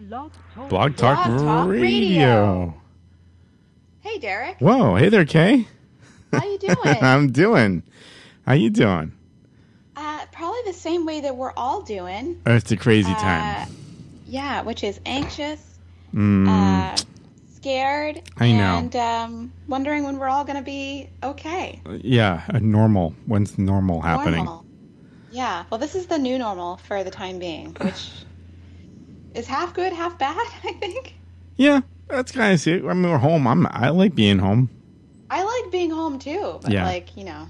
Blog Talk, Blog Talk Radio. Radio. Hey, Derek. Whoa, hey there, Kay. How you doing? I'm doing. How you doing? uh, probably the same way that we're all doing. Oh, It's a crazy Uh, time. yeah, which is anxious, Mm, uh, scared, I know. and um, wondering when we're all going to be okay. yeah, a normal. When's normal happening? Normal. Yeah. Well, this is the new normal for the time being, which is half good, half bad. I think. Yeah, that's kind of see. it. I mean, we're home. I'm. I like being home. I like being home too, but Yeah. like you know,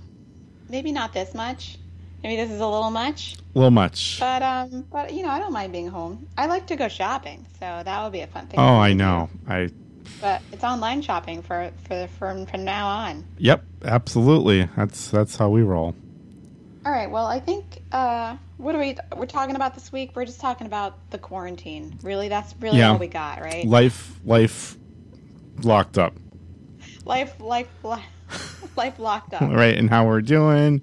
maybe not this much. Maybe this is a little much, A little much. but um, but you know, I don't mind being home. I like to go shopping, so that would be a fun thing. oh, I know. I. But it's online shopping for for from from now on. Yep, absolutely. That's that's how we roll. All right. Well, I think uh, what are we we're talking about this week? We're just talking about the quarantine. Really, that's really Yeah. all we got, right? Life, life, locked up. life, life, life, life locked up. All right, and how we're doing.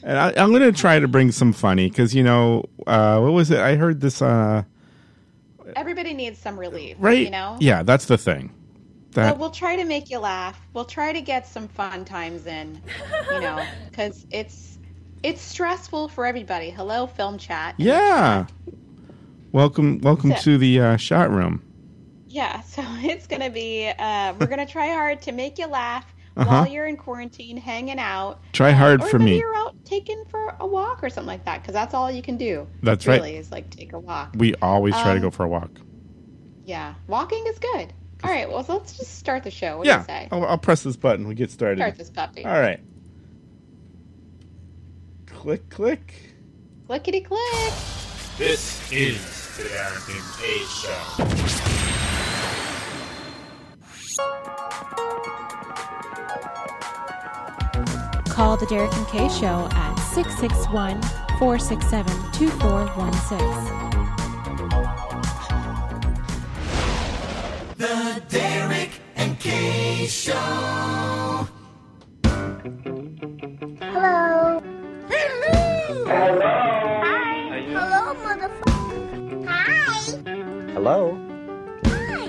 And I, I'm going to try to bring some funny because you know uh, what was it? I heard this. Uh, Everybody needs some relief, right? You know. Yeah, that's the thing. So That we'll try to make you laugh. We'll try to get some fun times in, you know, because it's it's stressful for everybody. Hello, film chat. yeah. Welcome, welcome So- to the uh, shot room. Yeah. So it's gonna be. Uh, we're gonna try hard to make you laugh Uh-huh. while you're in quarantine, hanging out. Try hard or for maybe me. you're out taking for a walk or something like that, because that's all you can do. That's right. really, Is like take a walk. We always try to Um, go for a walk. Yeah, walking is good. All right. Well, so let's just start the show. What do Yeah, you say? I'll, I'll press this button. We get started. Start this puppy. All right. Click, click. Clickety click. This is the Darrington K Show. Call the Derek and Kay Show at 661 467 2416. Hello. Hello. Hello. Hi. Hello, motherfucker. Hi. Hello? Hi.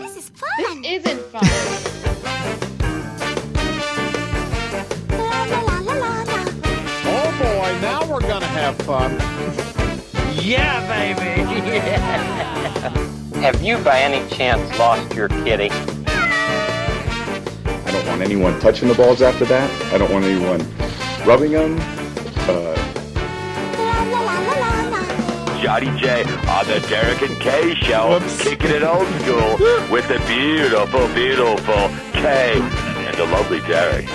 This is fun. This isn't fun. La, la, la, la, la, la. Oh boy, now we're gonna have fun. Yeah, baby. Have you, by any chance, lost your kitty? I don't want anyone touching the balls after that. I don't want anyone rubbing them. Uh, La, la, la, la, la, la. Johnny J on the Derek and K Show, Whoops. kicking it old school with the beautiful, beautiful K and the lovely Derek.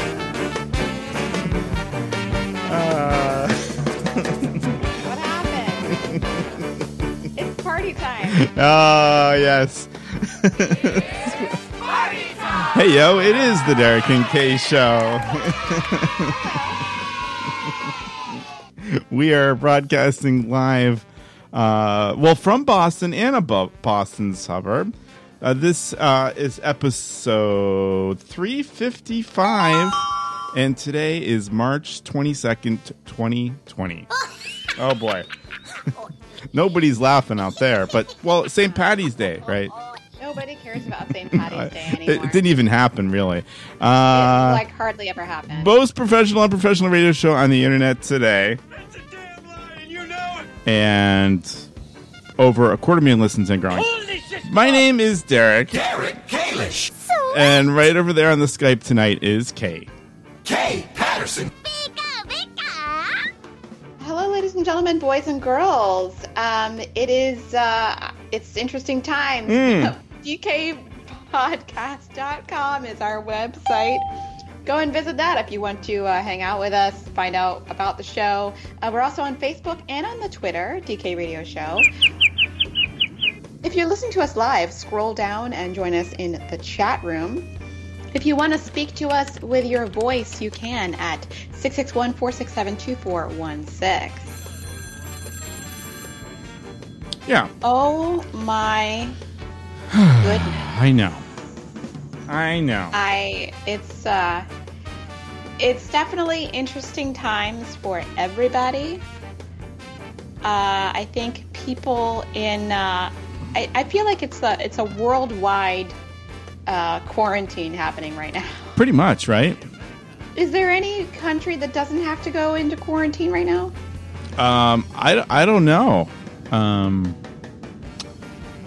What happened? it's party time. Oh, yes. Hey, yo, it is the Derek and Kay Show. we are broadcasting live, uh, well, from Boston and above Boston suburb. Uh, this uh, is episode 355, and today is March 22nd, 2020. oh, boy. Nobody's laughing out there, but, well, St. Patty's Day, right? Nobody cares about St. Patty's Day anymore. It didn't even happen, really. It, Uh, like hardly ever happened. most professional and professional radio show on the internet today, That's a damn lie, and you know it. and over a quarter million listens and growing. My name is Derek, Derek Kalish. and right over there on the Skype tonight is Kay. K Patterson. Bika, bika. Hello, ladies and gentlemen, boys and girls. Um, it is uh, it's interesting times. Mm. DKpodcast.com is our website. Go and visit that if you want to uh, hang out with us, find out about the show. Uh, we're also on Facebook and on the Twitter, DK Radio Show. If you're listening to us live, scroll down and join us in the chat room. If you want to speak to us with your voice, you can at 661 467 2416. Yeah, Oh my goodness. I know. I know. Uh, I, it's, uh, it's definitely interesting times for everybody. uh, I think people in uh, I, I feel like it's a it's a worldwide uh, quarantine happening right now. Pretty much, right? Is there any country that doesn't have to go into quarantine right now? Um, I, I don't know. Um,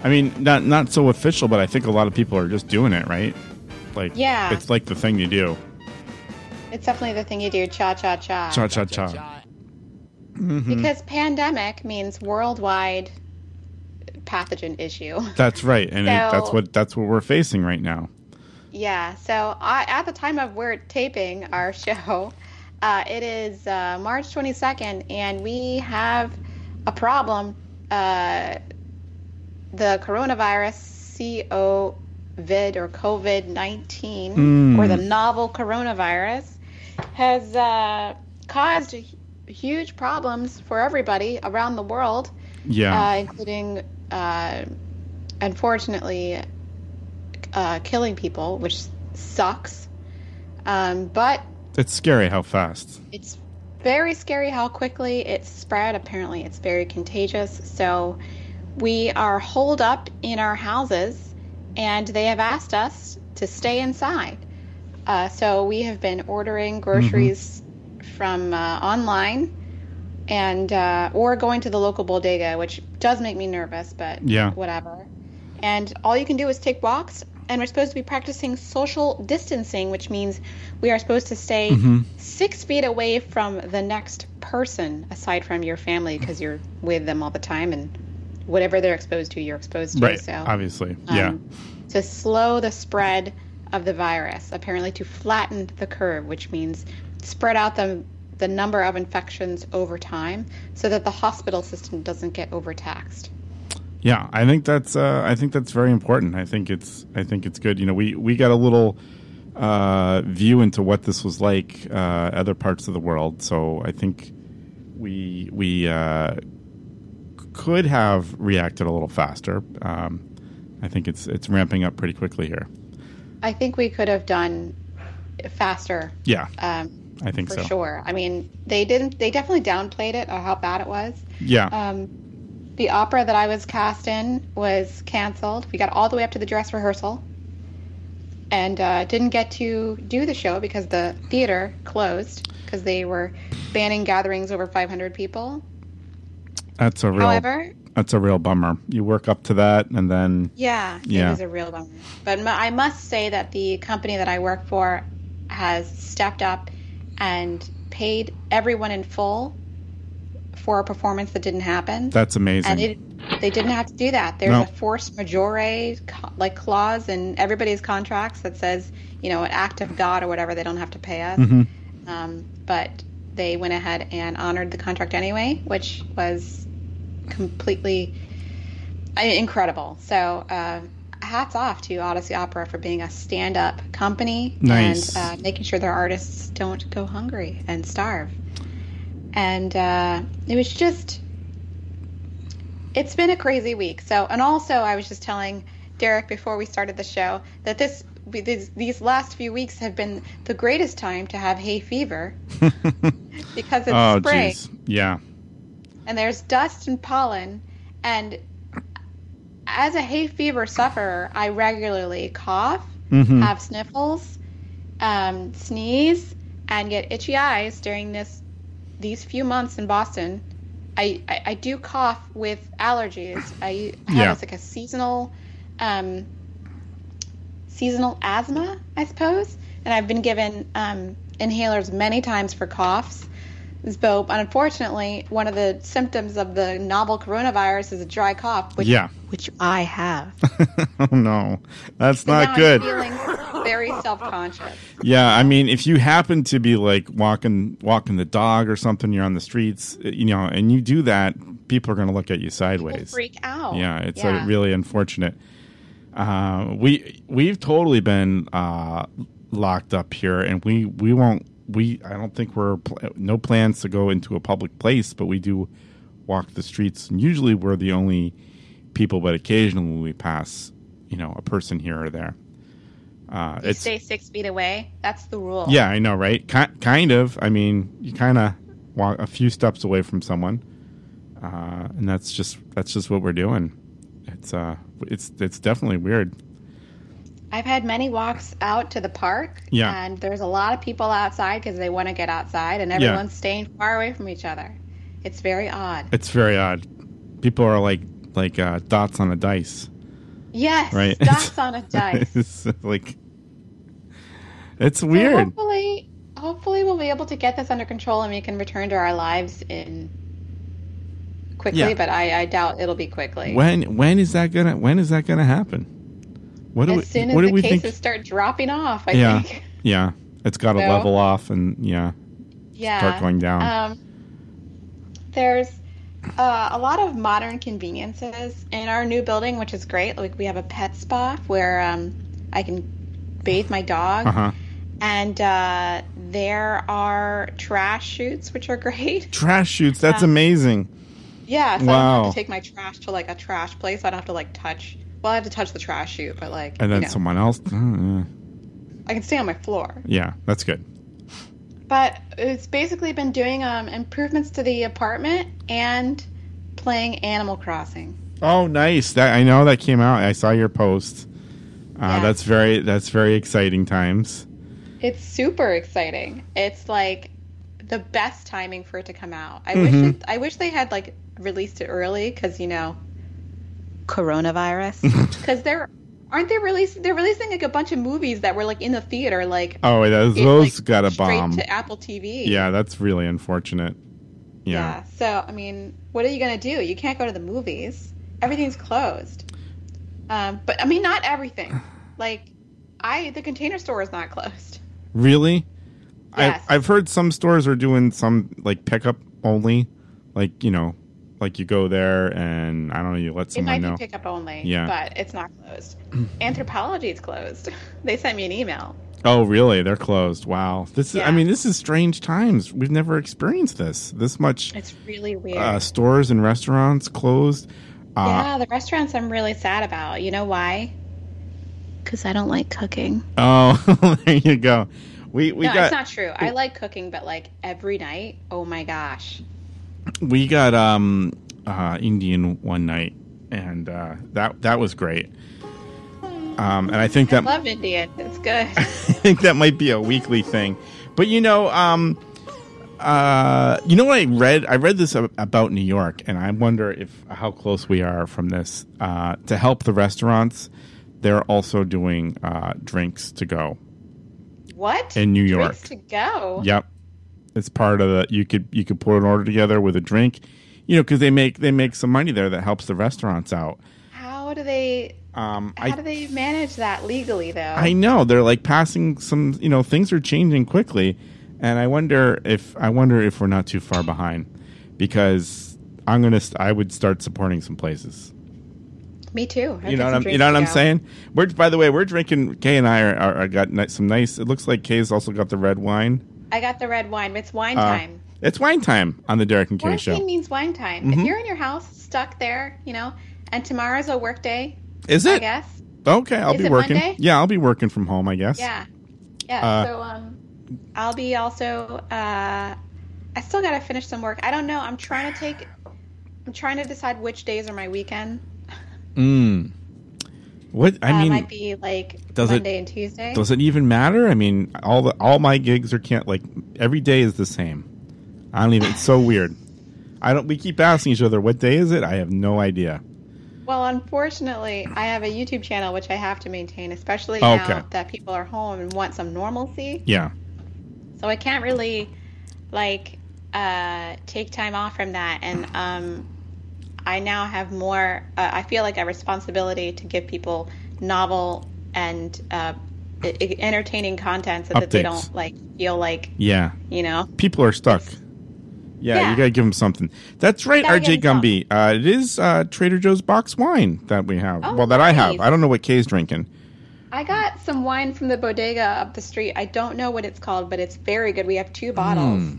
I mean, not not so official, but I think a lot of people are just doing it, right? Like, Yeah. it's like the thing you do. It's definitely the thing you do, cha cha Ah, cha. Cha cha cha. Because pandemic means worldwide pathogen issue. That's right, and it, that's So- what that's what we're facing right now. Yeah. So I, at the time of we're taping our show, uh, it is uh, March 22nd, and we have a problem. Uh, the coronavirus COVID or COVID 19 or the novel coronavirus has uh, caused hu- huge problems for everybody around the world Yeah, uh, including uh, unfortunately uh, killing people, which sucks. Um, but it's scary how fast. it's very scary how quickly it spread. Apparently, it's very contagious. So we are holed up in our houses, and they have asked us to stay inside. Uh, so we have been ordering groceries from uh, online. And uh, or going to the local bodega, which does make me nervous, but Yeah. whatever. And all you can do is take walks, and we're supposed to be practicing social distancing, which means we are supposed to stay six feet away from the next person aside from your family because you're with them all the time and whatever they're exposed to you're exposed to Right, so obviously. yeah, um, to slow the spread of the virus apparently to flatten the curve which means spread out the the number of infections over time so that the hospital system doesn't get overtaxed Yeah, I think that's uh, I think that's very important. I think it's I think it's good. You know, we we got a little uh, view into what this was like uh, other parts of the world, so I think we we uh, c- could have reacted a little faster. Um, I think it's it's ramping up pretty quickly here. i think we could have done faster Yeah, um, I think for so. sure i mean they didn't they definitely downplayed it or how bad it was Yeah, um, the opera that I was cast in was canceled. We got all the way up to the dress rehearsal and uh, didn't get to do the show because the theater closed because they were banning gatherings over 500 people. that's a real However, that's a real bummer. You work up to that, and then yeah, Yeah. it was a real bummer. But mu- I must say that the company that I work for has stepped up and paid everyone in full for a performance that didn't happen. that's amazing. and it, they didn't have to do that. There's No. a force majeure co- like clause in everybody's contracts that says, you know, an act of God or whatever. They don't have to pay us. Mm-hmm. Um, but they went ahead and honored the contract anyway, which was completely I- incredible. So uh, hats off to Odyssey Opera for being a stand-up company Nice. and uh, making sure their artists don't go hungry and starve. And uh, it was just it's been a crazy week. So, and also, I was just telling Derek before we started the show that this we- these, these last few weeks have been the greatest time to have hay fever because it's oh, spring jeez, yeah, and there's dust and pollen and as a hay fever sufferer i regularly cough have sniffles um, sneeze and get itchy eyes during this these few months in boston i, I, I do cough with allergies i have Yeah. it's like a seasonal um, seasonal asthma i suppose and i've been given um, inhalers many times for coughs so unfortunately, one of the symptoms of the novel coronavirus is a dry cough, which yeah. which I have. Oh no, that's So now not good. I'm feeling very self-conscious. Yeah, I mean, if you happen to be like walking walking the dog or something, you're on the streets, uh, you know, and you do that, people are going to look at you People sideways. freak out. Yeah, it's uh Yeah. really unfortunate. Uh, we we've totally been uh, locked up here, and we we won't we I don't think we're pl- no plans to go into a public place, but we do walk the streets, and usually we're the only people, but occasionally we pass, you know, a person here or there. Uh, You stay six feet away. That's the rule. yeah, I know, right? Ki- kind of. I mean, you kind of walk a few steps away from someone. uh, and that's just that's just what we're doing. It's uh, it's it's definitely weird. I've had many walks out to the park, Yeah. and there's a lot of people outside because they want to get outside, and everyone's staying far away from each other. It's very odd. It's very odd. People are like like uh, dots on a dice, Yes, right? dots on a dice. it's like it's So weird. hopefully, hopefully we'll be able to get this under control, and we can return to our lives in quickly. Yeah. But I, I doubt it'll be quickly. When when is that gonna when is that gonna happen? What do as we, soon as what do the we cases think? start dropping off, I yeah, think. yeah. It's got to No? level off, and yeah, yeah. going down. Um, there's uh, a lot of modern conveniences in our new building, which is great. Like we have a pet spa where um, I can bathe my dog, uh huh. and uh, there are trash chutes, which are great. Trash shoots. That's amazing. Yeah, so I don't Wow. have to take my trash to like a trash place. I don't have to like touch. Well, I have to touch the trash chute, but like And you then know, someone else. mm, yeah. I can stay on my floor. Yeah, that's good. but it's basically been doing um, improvements to the apartment and playing Animal Crossing. Oh, nice. That I know that came out. I saw your post. Uh, Yeah. That's very that's very exciting times. It's super exciting. It's like the best timing for it to come out. I Mm-hmm. wish it, I wish they had like released it early because you know coronavirus. Because they're aren't they releasing they're releasing like a bunch of movies that were like in the theater like Oh, wait, those, it, those like, got a straight bomb. to Apple TV. yeah, that's really unfortunate. Yeah. Yeah. So, I mean, what are you going to do? You can't go to the movies. Everything's closed. Um, but I mean, not everything. Like, I the container store is not closed. Really? Yes. I I've heard some stores are doing some like pickup only, like you know, like you go there and I don't know, you let It someone might know. be pickup only. Yeah. But it's not closed. Anthropology is closed. they sent me an email. Oh, really? They're closed. Wow. This is. I Yeah. mean, this is strange times. We've never experienced this. This much It's really weird. uh, stores and restaurants closed. Uh, yeah, the restaurants I'm really sad about. You know why? Because I don't like cooking. Oh, there you go. We we no, got it's not true. I like cooking, but like every night, oh my gosh. we got um uh Indian one night and uh that that was great. Um and I think that Love Indian. It's good. I think that might be a weekly thing. But you know, um uh you know what I read? I read this ab- about New York and I wonder if how close we are from this uh to help the restaurants. They're also doing uh drinks to go. what? In New York. Drinks to go. Yep, it's part of the. You could you could put an order together with a drink, you know, because they make they make some money there that helps the restaurants out. How do they Um, how do I they manage that legally though? I know they're like passing some. You know, things are changing quickly, and I wonder if I wonder if we're not too far behind because I'm gonna st- I would start supporting some places. Me too. You know what I'm you know what I'm saying? We're by the way we're drinking. Kay and I are, are, are got ni- some nice. It looks like Kay's also got the red wine. I got the red wine. It's wine Uh, time. It's wine time on the Derek and Kay Quarantine show. Mm-hmm. means wine time. If you're in your house stuck there, you know, and tomorrow's a work day, Is I it? guess. Okay, I'll Is be it working. Monday? Yeah, I'll be working from home, I guess. Yeah. Yeah. Uh, so um I'll be also uh I still gotta finish some work. I don't know. I'm trying to take I'm trying to decide which days are my weekend. Mm. What I uh, mean, might be like does it- Monday and Tuesday. does it even matter? I mean, all the all my gigs are can't like every day is the same. I don't even. It's so weird. I don't. We keep asking each other, "What day is it?" I have no idea. Well, unfortunately, I have a YouTube channel which I have to maintain, especially Oh, Okay. now that people are home and want some normalcy. Yeah, So I can't really like uh, take time off from that, and um, I now have more. Uh, I feel like a responsibility to give people novel and uh, e- e- entertaining content so that they Updates. don't like feel like yeah. you know. People are stuck. Yeah, Yeah. you gotta give them something. That's right, Gotta RJ give 'em Gumby. Uh, it is uh, Trader Joe's box wine that we have. Oh, well, that I have. nice. I don't know what Kay's drinking. I got some wine from the bodega up the street. I don't know what it's called, but it's very good. We have Hmm. two bottles.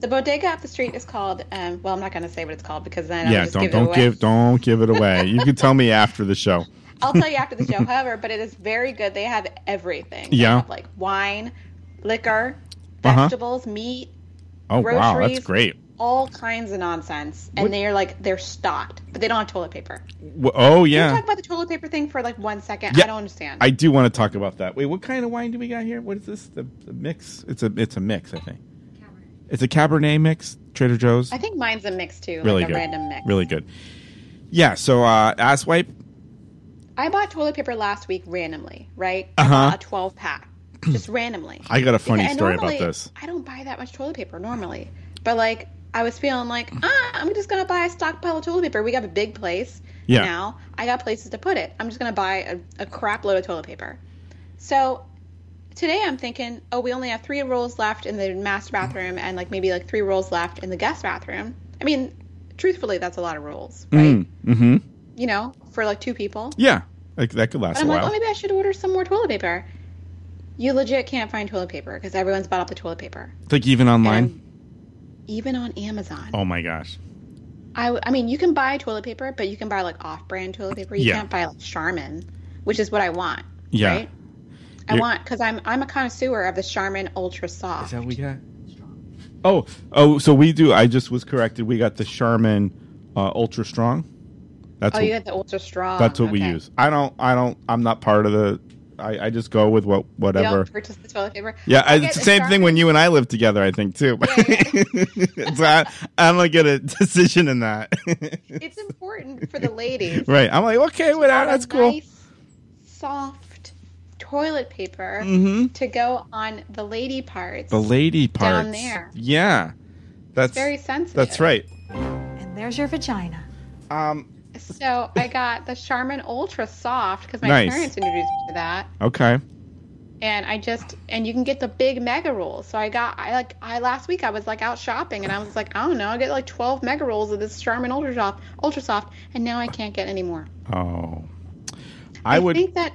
The bodega up the street is called. Um, well, I'm not going to say what it's called because then I'll yeah, just don't give it don't away. give don't give it away. you can tell me after the show. I'll tell you after the show, however. But it is very good. They have everything. They Yeah. have, like wine, liquor, Uh-huh. vegetables, meat. Oh wow, groceries. that's great. all kinds of nonsense, and What- they are like they're stocked, but they don't have toilet paper. Wh- Oh Can we yeah, talk about the toilet paper thing for like one second? Yeah. I don't understand. I do want to talk about that. Wait, what kind of wine do we got here? What is this? The, the mix? It's a it's a mix, I think. It's a Cabernet mix, Trader Joe's. I think mine's a mix too, really like a good, random mix. really good. Yeah. So uh, ass wipe. I bought toilet paper last week randomly, right? Uh-huh. I bought a 12 pack, just randomly. I got a funny And story normally, about this. I don't buy that much toilet paper normally, but like I was feeling like ah, I'm just gonna buy a stockpile of toilet paper. We got a big place Yeah. now. I got places to put it. I'm just gonna buy a, a crap load of toilet paper. So today I'm thinking, oh, we only have three rolls left in the master bathroom, and like maybe like three rolls left in the guest bathroom. I mean, truthfully, that's a lot of rolls, right? Mm-hmm. You know, for like two people. Yeah, like, that could last And I'm a like, while. oh, maybe I should order some more toilet paper. You legit can't find toilet paper because everyone's bought up the toilet paper. like even online. And even on Amazon. Oh my gosh. I, w- I mean, you can buy toilet paper, but you can buy like off brand toilet paper. You Yeah. can't buy like Charmin, which is what I want. Yeah. Right? I You're- want, because I'm, I'm a connoisseur of the Charmin Ultra Soft. we got? Oh, oh, so we do. I just was corrected. We got the Charmin uh, Ultra Strong. That's oh, what, you got the Ultra Strong. that's what we Okay. use. I don't. I don't. I'm not part of the. I, I just go with what You whatever. don't purchase the toilet paper. Yeah, I I, get it's the same Charmin- thing when you and I lived together. I think too. so I, I don't get a decision in that. It's important for the ladies. right. I'm like, okay, without got a that's cool. nice, soft toilet paper Mm-hmm. to go on the lady parts. The lady parts. there. Yeah, that's very sensitive. that's right. And there's your vagina. Um. So I got the Charmin Ultra Soft because my Nice. parents introduced me to that, Okay. and I just and you can get the big mega rolls. So I got I like I last week I was like out shopping and I was like I don't know I get like twelve mega rolls of this Charmin Ultra Soft Ultra Soft, and now I can't get any more. Oh. I would. think that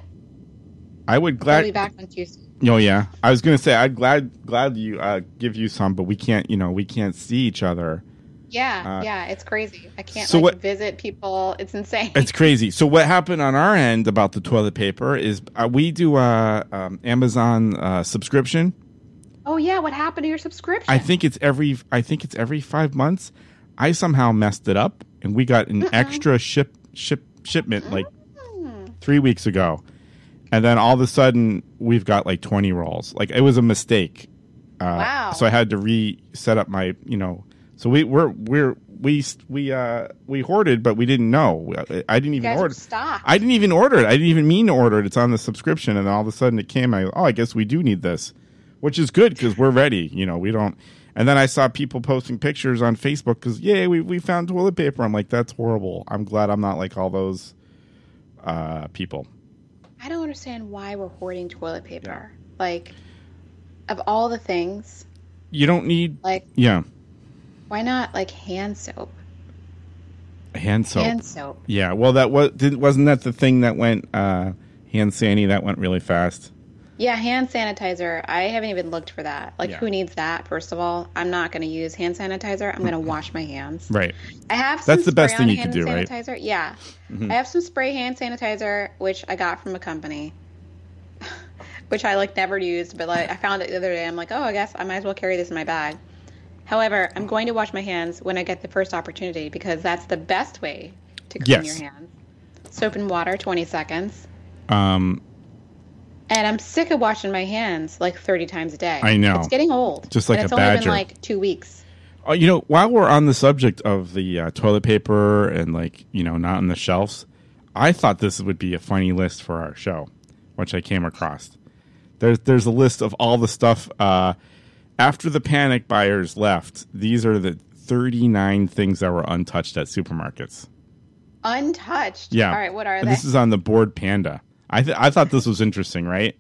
I would I'll glad. be back on Tuesday. Oh yeah, I was gonna say I'd glad glad you uh, give you some, but we can't. You know, we can't see each other. Yeah, Uh, yeah, it's crazy. I can't so like what- visit people. It's insane. It's crazy. So what happened on our end about the toilet paper is uh, we do a um, Amazon uh, subscription. oh yeah, what happened to your subscription? I think it's every. I think it's every five months. I somehow messed it up, and we got an extra ship ship shipment like Hmm, three weeks ago, and then all of a sudden we've got like twenty rolls. Like it was a mistake. Uh, Wow. So I had to reset up my. You know. So we we're we're we we uh we hoarded, but we didn't know. I- I didn't you even guys are order. stocked. I didn't even order it. I didn't even mean to order it. It's on the subscription, and then all of a sudden it came. I oh, I guess we do need this, which is good because we're ready. You know, we don't. And then I saw people posting pictures on Facebook because yay, we we found toilet paper. I'm like, that's horrible. I'm glad I'm not like all those uh, people. I don't understand why we're hoarding toilet paper. Like, of all the things, You don't need like, yeah why not like hand soap? hand soap. Hand soap. yeah, well, that was didn't, wasn't that the thing that went uh, hand sandy that went really fast. Yeah, hand sanitizer. I haven't even looked for that. Like, Yeah. who needs that? First of all, I'm not going to use hand sanitizer. I'm going to wash my hands. Right. I have. Some That's the best spray-on thing you hand could do, right? Mm-hmm. sanitizer. Yeah, I have some spray hand sanitizer which I got from a company, which I like never used, but like I found it the other day. I'm like, oh, I guess I might as well carry this in my bag. However, I'm going to wash my hands when I get the first opportunity because that's the best way to clean Yes. your hands. Soap and water, 20 seconds. Um, And I'm sick of washing my hands like 30 times a day. I know. It's getting old. Just like and a it's only badger. been like two weeks. Oh, you know, while we're on the subject of the uh, toilet paper and like you know, not on the shelves, I thought this would be a funny list for our show, which I came across. There's there's a list of all the stuff uh, after the panic buyers left. These are the 39 things that were untouched at supermarkets. Untouched. Yeah. All right, what are And they? This is on the board panda. I th- I thought this was interesting, right?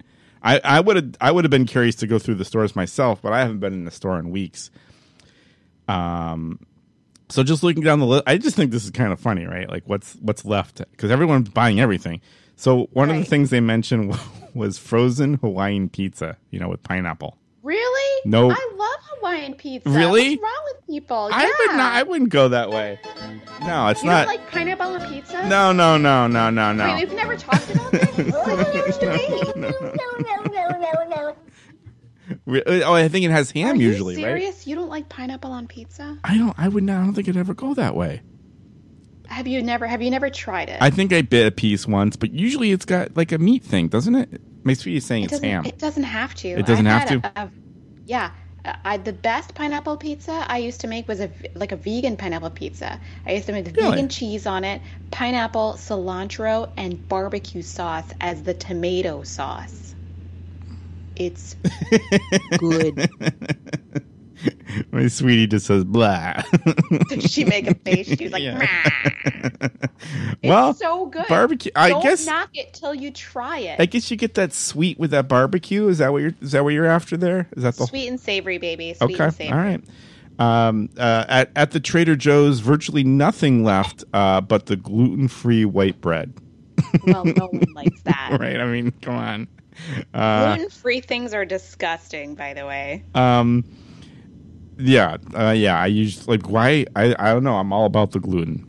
I, I would have I would have been curious to go through the stores myself, but I haven't been in the store in weeks. Um, so just looking down the list, I just think this is kind of funny, right? Like what's what's left because everyone's buying everything. So one of the Right. things they mentioned was frozen Hawaiian pizza, you know, with pineapple. Really? No. I love Hawaiian pizza. Really? What's wrong with people? I would Yeah. not. I wouldn't go that way. No, it's you not. don't like pineapple on pizza? no, no, no, no, no, no. Wait, we've never talked about this. Why don't you ever debate? No, no, no, no, no. Re- Oh, I think it has ham Are usually, you right? serious? You don't like pineapple on pizza? I don't. I would not. I don't think it'd ever go that way. Have you never? Have you never tried it? I think I bit a piece once, but usually it's got like a meat thing, doesn't it? My sweetie's saying it it's doesn't. ham. It doesn't have to. It doesn't I've have had a- a- yeah. Uh, I, the best pineapple pizza I used to make was a v- like a vegan pineapple pizza. I used to make Really? vegan cheese on it, pineapple, cilantro, and barbecue sauce as the tomato sauce. It's good. My sweetie just says blah. she make a face. She's like, Yeah. "Rah." well, so good. barbecue- I Don't guess- knock it till you try it. I guess you get that sweet with that barbecue. Is that what you're? Is that what you're after? There is that the Sweet and savory, baby. Sweet okay. and savory. All right. Um, uh, at at the Trader Joe's, virtually nothing left uh, but the gluten free white bread. Well, no one likes that. Right? I mean, come on. Uh, Gluten free things are disgusting, by the way. um, yeah, uh, yeah. I use like why? I I don't know. I'm all about the gluten.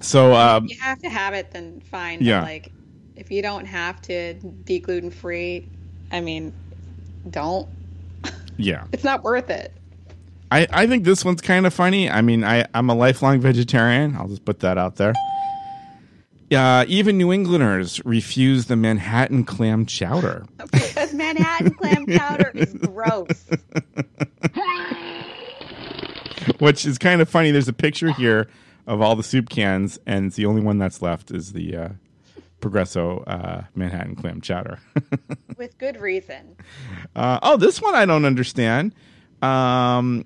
So um, you have to have it, then fine. Yeah. But like, if you don't have to be gluten free, I mean, don't. yeah. It's not worth it. I, I think this one's kind of funny. I mean, I, I'm a lifelong vegetarian. I'll just put that out there. Uh, even New Englanders refuse the Manhattan clam chowder. Because Manhattan clam chowder is gross. which is kind of funny. There's a picture here of all the soup cans, and it's the only one that's left is the uh, Progresso uh, Manhattan clam chowder. With good reason. uh, oh, this one I don't understand. Um,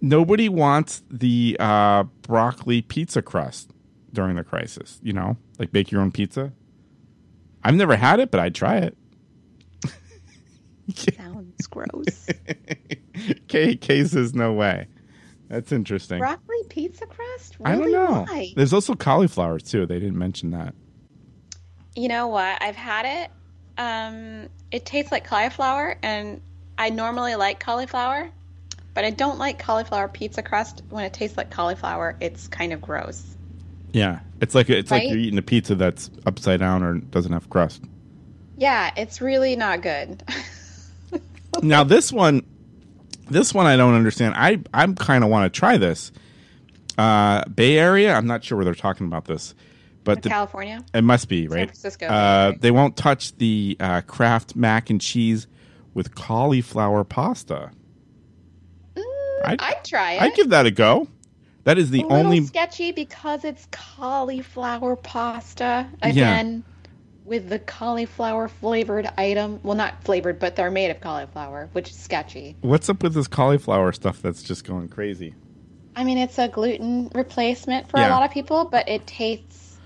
nobody wants the uh, broccoli pizza crust during the crisis. You know, like bake your own pizza. I've never had it, but I'd try it. Sounds gross. K K says no way. That's interesting. Broccoli pizza crust? Really? I don't know. Why? There's also cauliflower too. They didn't mention that. You know what? I've had it. Um, it tastes like cauliflower, and I normally like cauliflower, but I don't like cauliflower pizza crust. When it tastes like cauliflower, it's kind of gross. Yeah, it's like it's like Right? you're eating a pizza that's upside down or doesn't have crust. Yeah, it's really not good. now this one, this one I don't understand. I I kind of want to try this. Uh, Bay Area, I'm not sure where they're talking about this, but the, California? it must be right. Francisco, Uh, okay. they won't touch the uh, Kraft mac and cheese with cauliflower pasta. I'd- Mm, I'd, try it. I'd give that a go. That is the a little only sketchy because it's cauliflower pasta again with the cauliflower flavored item. Well, not flavored, but they're made of cauliflower, which is sketchy. What's up with this cauliflower stuff that's just going crazy? I mean, it's a gluten replacement for Yeah. a lot of people, but it tastes.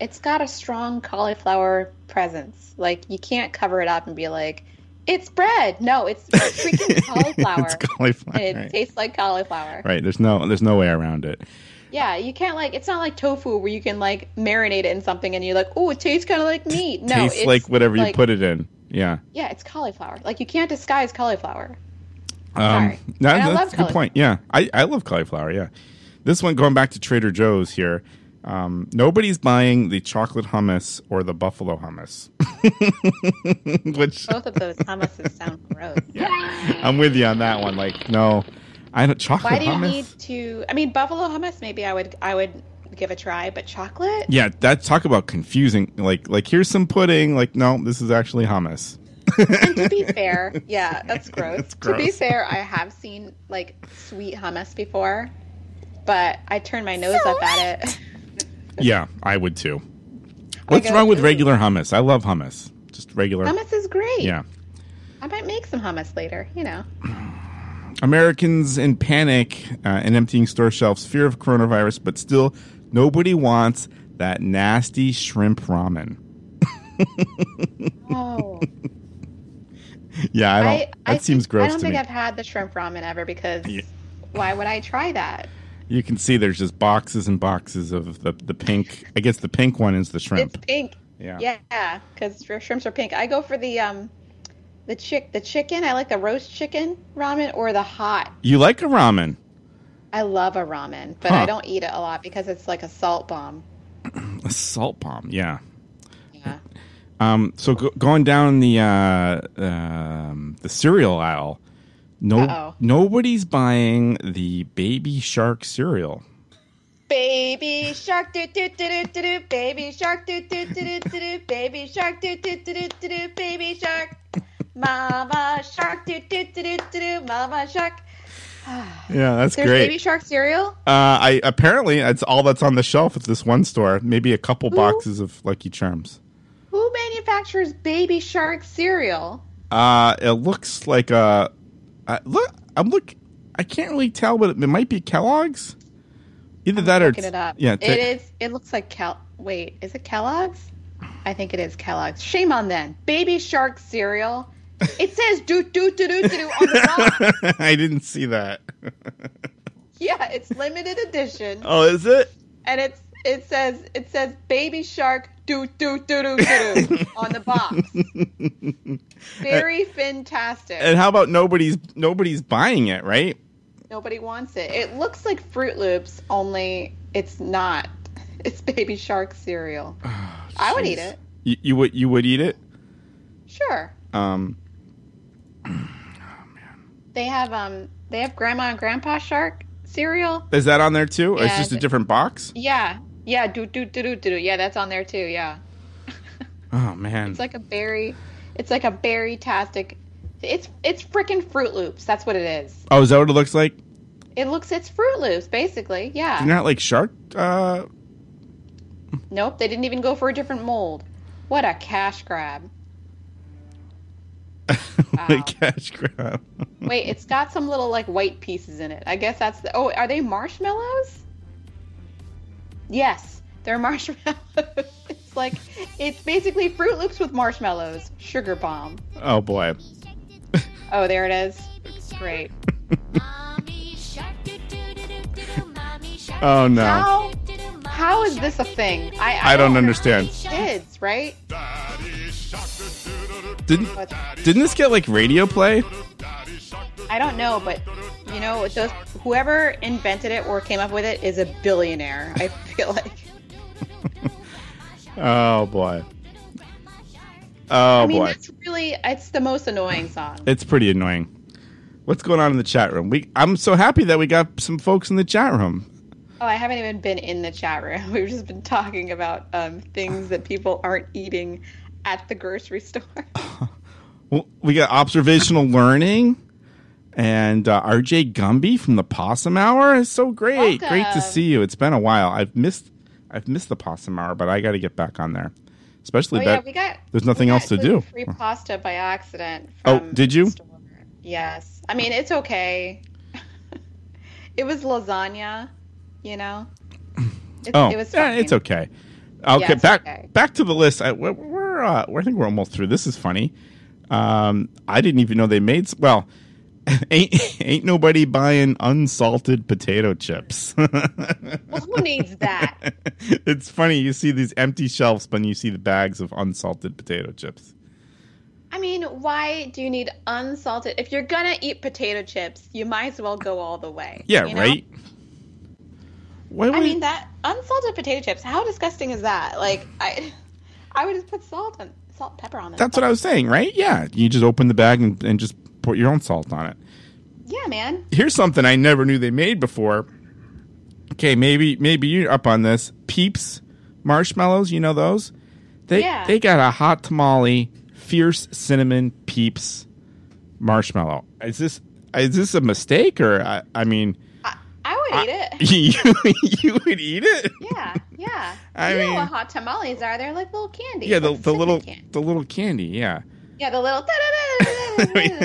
It's got a strong cauliflower presence. Like you can't cover it up and be like, "It's bread." No, it's freaking cauliflower. it's cauliflower. And it right. tastes like cauliflower. Right, There's no there's no way around it. Yeah, you can't like. It's not like tofu where you can like marinate it in something and you're like, "Oh, it tastes kind of like meat." No, tastes it's like whatever you put it in. Yeah. Yeah, it's cauliflower. Like you can't disguise cauliflower. Um, Sorry. no, And I love that's a good cauliflower. point. Yeah. I, I love cauliflower, yeah. This one going back to Trader Joe's here. Um, nobody's buying the chocolate hummus or the buffalo hummus. Which Both of those hummuses sound gross. I'm with you on that one. Like, no. I don't chocolate Why do you hummus. need to? I mean, buffalo hummus. Maybe I would. I would give a try, but chocolate. yeah, that talk about confusing. Like like here's some pudding. Like, no, this is actually hummus. And to be fair, yeah, that's gross. It's To be gross. fair, I have seen like sweet hummus before, but I turn my nose up at it. Yeah, I would too. What's go, wrong with "Ooh." regular hummus? I love hummus. Just regular. hummus is great. Yeah. I might make some hummus later. You know, Americans in panic uh, and emptying store shelves, fear of coronavirus, but still nobody wants that nasty shrimp ramen. oh, Yeah, I don't. I, that I seems think- gross I don't to think me. I've had the shrimp ramen ever because Yeah. why would I try that? You can see there's just boxes and boxes of the, the pink. I guess the pink one is the shrimp. It's pink. Yeah. Yeah, because shrimps are pink. I go for the um, the chick, the chicken. I like the roast chicken ramen or the hot. You like a ramen? I love a ramen, but Huh. I don't eat it a lot because it's like a salt bomb. A salt bomb. Yeah. Yeah. Um, so go- going down the uh, um, the cereal aisle, no Uh-oh. nobody's buying the baby shark cereal. Baby shark do do do do do do baby shark do do do do do do baby shark do do do do do do baby shark mama shark do do do do do do mama shark Yeah, that's There's great. baby shark cereal? uh, I apparently that's all that's on the shelf at this one store. Maybe a couple boxes of Lucky Charms. Who manufactures baby shark cereal? Uh, it looks like a I look. I'm look. I can't really tell, but it, might be Kellogg's. Either that or Look it up. yeah, it is. It looks like Cal. Wait, is it Kellogg's? I think it is Kellogg's. Shame on them. Baby shark cereal. It says do do do do do do on the box. I didn't see that. Yeah, it's limited edition, Oh, is it? and it's it says it says baby shark do do do do do do on the box. Very fantastic. And how about nobody's nobody's buying it, right? Nobody wants it. It looks like Fruit Loops, only it's not. It's baby shark cereal. I would eat it. You, you would you would eat it. Sure. Um, They have um they have grandma and grandpa shark cereal. is that on there too? Or it's Yeah, just a the- different box. Yeah. Yeah, do do do do do. do. Yeah, that's on there too. Yeah. Oh man, It's like a berry it's like a berry tastic. It's it's freaking Fruit Loops. That's what it is. oh, is that what it looks like? It looks it's Fruit Loops basically. Yeah. You're not like shark. Uh, Nope, they didn't even go for a different mold. What a cash grab. Wow. Um, like cash grab. Wait, it's got some little like white pieces in it. I guess that's the Oh, are they marshmallows? Yes, they're marshmallows. it's like it's basically Fruit Loops with marshmallows. Sugar bomb. oh boy. Oh, there it is. Great. Mommy shark do do do do do do. Mommy shark. Oh no. How do, do, mommy how is shark this a do, do, thing? do, I I don't understand. Kids, right? Didn't didn't this get like radio play? I don't know, but you know, with those whoever invented it or came up with it is a billionaire. I feel like. Oh boy. Oh I mean, boy. that's really it's the most annoying song. It's pretty annoying. What's going on in the chat room? We I'm so happy that we got some folks in the chat room. Oh, I haven't even been in the chat room. We've just been talking about um, things that people aren't eating at the grocery store. Well, we got observational learning and uh, RJ Gumby from the Possum Hour. It's so great. Great to Welcome. see you. It's been a while. I've missed I've missed the Possum Hour, but I got to get back on there. Especially Oh yeah, that we got. there's nothing we got else to do. Free pasta by accident. Oh, from did you? the store. Yes. I mean, it's okay. it was lasagna, you know. It's, oh, it was. yeah, fine. it's okay. Okay, it's back okay. back to the list. I, we're, we're uh, I think we're almost through. This is funny. Um, I didn't even know they made. s- Well, ain't ain't nobody buying unsalted potato chips. Well, who needs that? it's funny. You see these empty shelves, but you see the bags of unsalted potato chips. I mean, why do you need unsalted? If you're gonna eat potato chips, you might as well go all the way. Yeah, you know? right. Why I would- mean that unsalted potato chips. How disgusting is that? Like I, I would just put salt on salt and pepper on them. that's what I was saying, right? Yeah, you just open the bag and, and just put your own salt on it. yeah, man. here's something I never knew they made before. Okay, maybe maybe you're up on this. Peeps marshmallows, you know those? They Yeah. they got a hot tamale, fierce cinnamon peeps marshmallow. Is this is this a mistake or I, I mean I would eat you it. you would eat it? Yeah, yeah. I you know mean- what hot tamales are? They're like little candy. Yeah, the, like the cinnamon little candy. the little candy, yeah. Yeah, the little.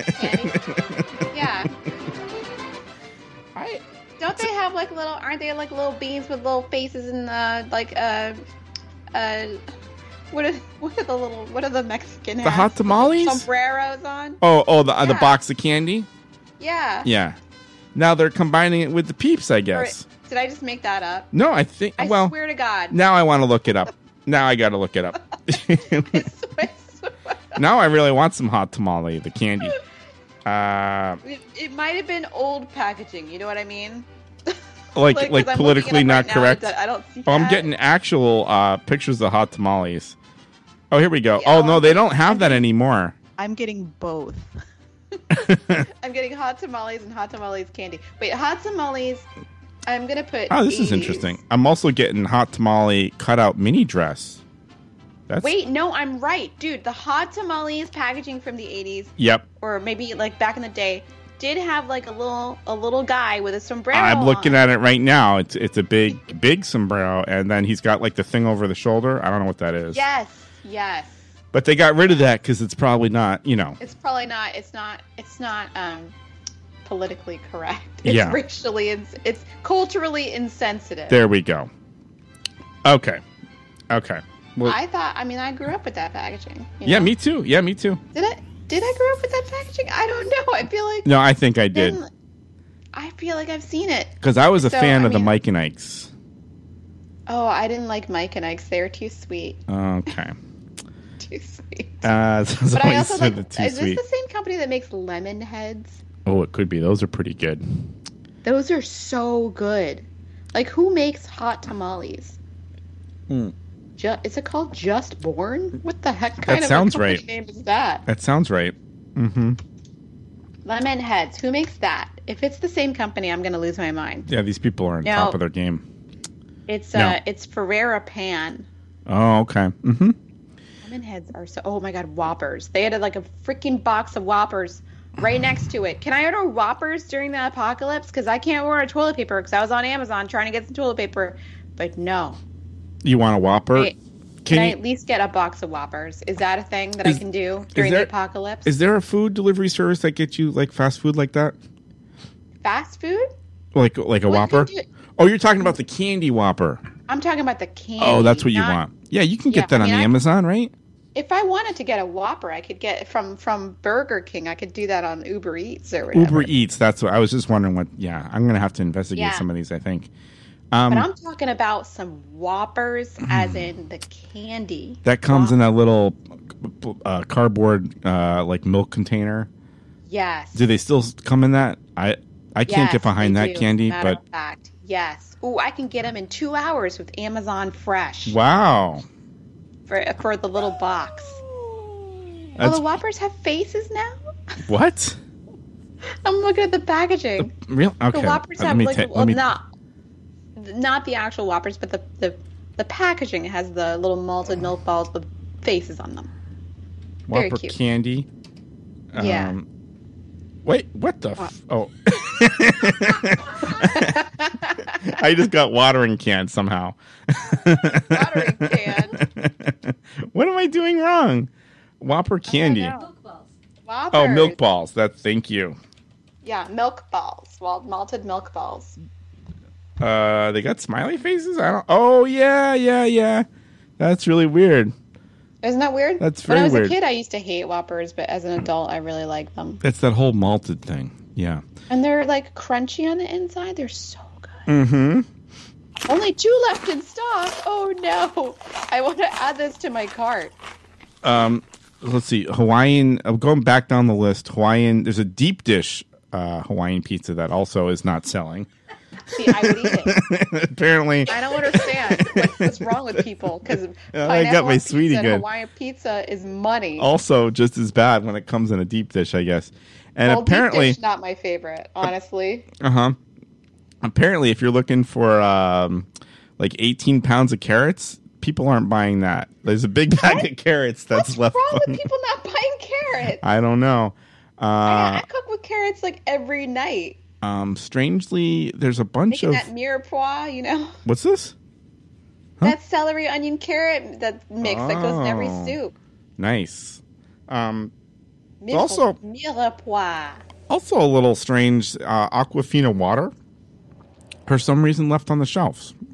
candy. Yeah. I Don't they have like little? Aren't they like little beans with little faces and uh, like uh, uh, what are what are the little what are the Mexican the hot hats? tamales? sombreros on? Oh, oh the uh, the Yeah. box of candy? Yeah. Yeah. Now they're combining it with the peeps, I Or- guess. Did I just make that up? No, I think I well swear to God. Now I want to look it up. Now I got to look it up. I swear- swear. now I really want some hot tamale, the candy. Uh, It, it might have been old packaging. You know what I mean? like like, Like, 'cause I'm looking politically it not up right now, correct. I don't- I don't see oh, I'm that. getting actual uh, pictures of hot tamales. Oh, here we go. Oh no, they don't have that anymore. I'm getting both. I'm getting hot tamales and hot tamales candy. Wait, hot tamales. I'm gonna put. Oh, this is 80s. interesting. I'm also getting hot tamale cutout mini dress. That's Wait, no, I'm right, dude. The hot tamales packaging from the 80s, Yep. or maybe like back in the day, did have like a little a little guy with a sombrero. I'm looking on. at it right now. It's it's a big big sombrero, and then he's got like the thing over the shoulder. I don't know what that is. Yes, yes. But they got rid of that because it's probably not. You know. It's probably not. It's not. It's not um, politically correct. It's Yeah. racially. Ins- it's culturally insensitive. There we go. Okay. Okay. Well, I thought. I mean, I grew up with that packaging. you yeah, know? me too. Yeah, me too. Did I? Did I grow up with that packaging? I don't know. I feel like. No, I think I did I feel like I've seen it. because I was a So, fan I of the mean- Mike and Ike's. Oh, I didn't like Mike and Ike's. They were too sweet. Okay. Too sweet. Uh, so But somebody I also said like. the Is too this sweet. the same company that makes lemon heads? Oh, it could be. Those are pretty good. Those are so good. Like, who makes hot tamales? Hmm. Ju- is it called Just Born? What the heck kind of a sounds company right. name is that? That sounds right. Mm-hmm. Lemon Heads. Who makes that? If it's the same company, I'm gonna lose my mind. Yeah, these people are on No. top of their game. It's No. uh, it's Ferrera Pan. Oh, okay. Mm-hmm. Lemon Heads are so. Oh my God, Whoppers. They had like a freaking box of Whoppers right next to it. Can I order Whoppers during the apocalypse? Because I can't order toilet paper because I was on Amazon trying to get some toilet paper, but no. You want a Whopper? Wait, can Can, I you- at least get a box of Whoppers? Is that a thing that Is- I can do during there- the apocalypse? Is there a food delivery service that gets you like fast food like that? Fast food? Like like a Well, you can Whopper? do it- Oh, you're talking about the candy Whopper. I'm talking about the candy. Oh, that's what you not- want. Yeah, you can get Yeah, that I on mean, the I- Amazon, right? If I wanted to get a Whopper, I could get it from from Burger King. I could do that on Uber Eats or whatever. Uber Eats. That's what I was just wondering. What? Yeah, I'm gonna have to investigate Yeah. some of these. I think. Um, But I'm talking about some Hmm. Whoppers, as in the candy. that comes in that little uh, cardboard uh, like milk container. Yes. Do they still come in that? I I can't Yes, get behind they that do, candy, matter but of fact, yes. Ooh, I can get them in two hours with Amazon Fresh wow, for for the little box. Oh, that's the Whoppers have faces now. what? I'm looking at the packaging. Real? Okay, The Whoppers let have me like ta- well, let me. not not the actual Whoppers, but the, the the packaging has the little malted milk balls with faces on them. very Whopper cute. candy. Um, Yeah. Wait, what the? F- oh. I just got watering can somehow. Watering can. what am I doing wrong? Whopper candy. Whoppers. Oh, milk balls. That. Thank you. Yeah, milk balls. Well, malted milk balls. Uh, they got smiley faces. I don't. Oh yeah, yeah, yeah. That's really weird. Isn't that weird? That's When very I was weird. a kid, I used to hate Whoppers, but as an adult, I really like them. That's that whole malted thing. Yeah. And they're like crunchy on the inside. They're so good. Mm-hmm. Only two left in stock. Oh no! I want to add this to my cart. Um, let's see. Hawaiian. I'm going back down the list. Hawaiian. There's a deep dish uh, Hawaiian pizza that also is not selling. See, I would eat it. Apparently, I don't understand what, what's wrong with people because I got my sweetie pizza and good. Oh, Hawaiian pizza is money. also just as bad when it comes in a deep dish, I guess. And Well, deep apparently, dish, not my favorite, honestly. uh huh. Apparently, if you're looking for um, like 18 pounds of carrots, people aren't buying that. There's a big bag of carrots that's What's left. wrong on- with people not buying carrots? I don't know. I, Uh, I cook with carrots like every night, um, strangely, there's a bunch making of that mirepoix. You know, what's this? that celery, onion, carrot that mix that goes in every Oh. soup. Nice. Um, Mire- Also- mirepoix. also a little strange uh, aquafina water for some reason left on the shelves You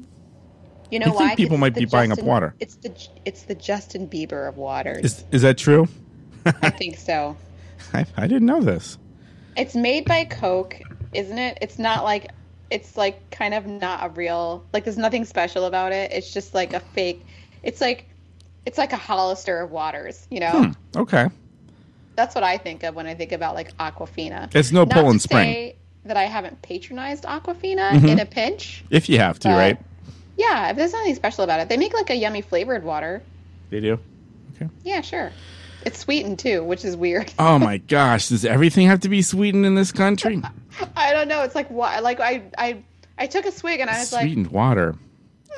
You know think why? 'Cause people it's might the be buying up Justin- water. It's the it's the Justin Bieber of waters. is, is that true I think so. I, I didn't know this It's made by Coke, isn't it? It's not like it's like kind of not a real like there's nothing special about it. It's just like a fake it's like it's like a Hollister of waters, you know? Hmm, okay That's what I think of when I think about like Aquafina. It's no Not Poland to Spring. say that I haven't patronized Aquafina Mhm. in a pinch. if you have to But- right Yeah, if there's nothing special about it. They make like a yummy flavored water. they do Okay. Yeah, sure. It's sweetened too, which is weird. Oh my gosh, does everything have to be sweetened in this country? I don't know. It's like why? Like I, I, I took a swig and I was like, Sweetened water.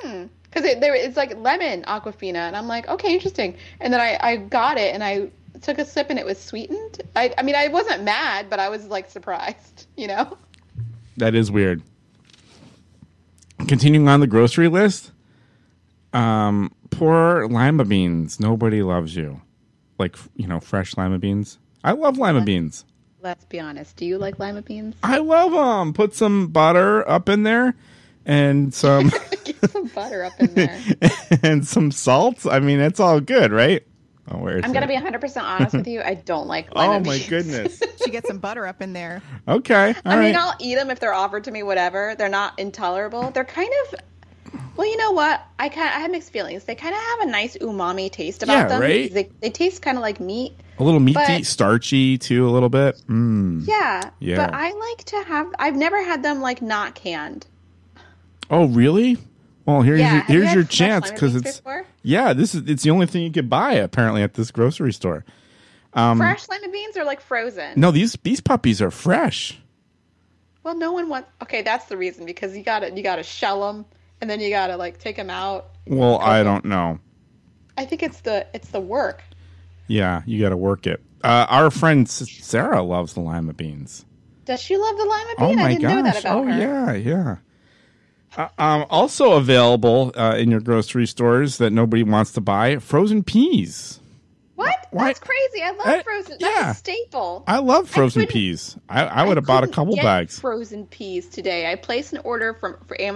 because it, there, it's like lemon aquafina, and I'm like, okay, interesting. And then I, I got it and I took a sip and it was sweetened. I, I mean, I wasn't mad, but I was like surprised, you know. That is weird. Continuing on the grocery list, um, poor lima beans. Nobody loves you. Like, you know, fresh lima beans. I love lima beans. Let's be honest. Do you like lima beans? I love them. Put some butter up in there and some Get some butter up in there. and some salt. I mean, it's all good, right? Oh, where is I'm gonna it? be 100 percent honest with you. I don't like. Lima Oh my beans. goodness. She gets some butter up in there. Okay. all I right. mean, I'll eat them if they're offered to me. Whatever. They're not intolerable. They're kind of. Well, you know what? I kind I have mixed feelings. They kind of have a nice umami taste about Yeah, them. right? They they taste kind of like meat. A little meaty, But- starchy too, a little bit. Mm. Yeah. Yeah. But I like to have. I've never had them like not canned. Oh, really? Well, here's Yeah. your, Have you here's had your fresh chance lima because beans it's before? yeah. This is it's the only thing you could buy apparently at this grocery store. fresh lima beans are like frozen. um, No, these these puppies are fresh. Well, no one wants. Okay, that's the reason because you got to you got to shell them and then you got to like take them out. Well, I don't know. I think it's the it's the work. Yeah, you got to work it. Uh, our friend S- Sarah loves the lima beans. Does she love the lima bean? Oh my I didn't gosh! know that about oh her. yeah, yeah. Uh, um, also available uh, in your grocery stores that nobody wants to buy: frozen peas. What? Why- That's crazy. I love I- frozen. yeah. That's a staple. I love frozen couldn't- peas. I, I would have bought a couldn't couple get bags. Frozen peas today. I placed an order from for Amazon.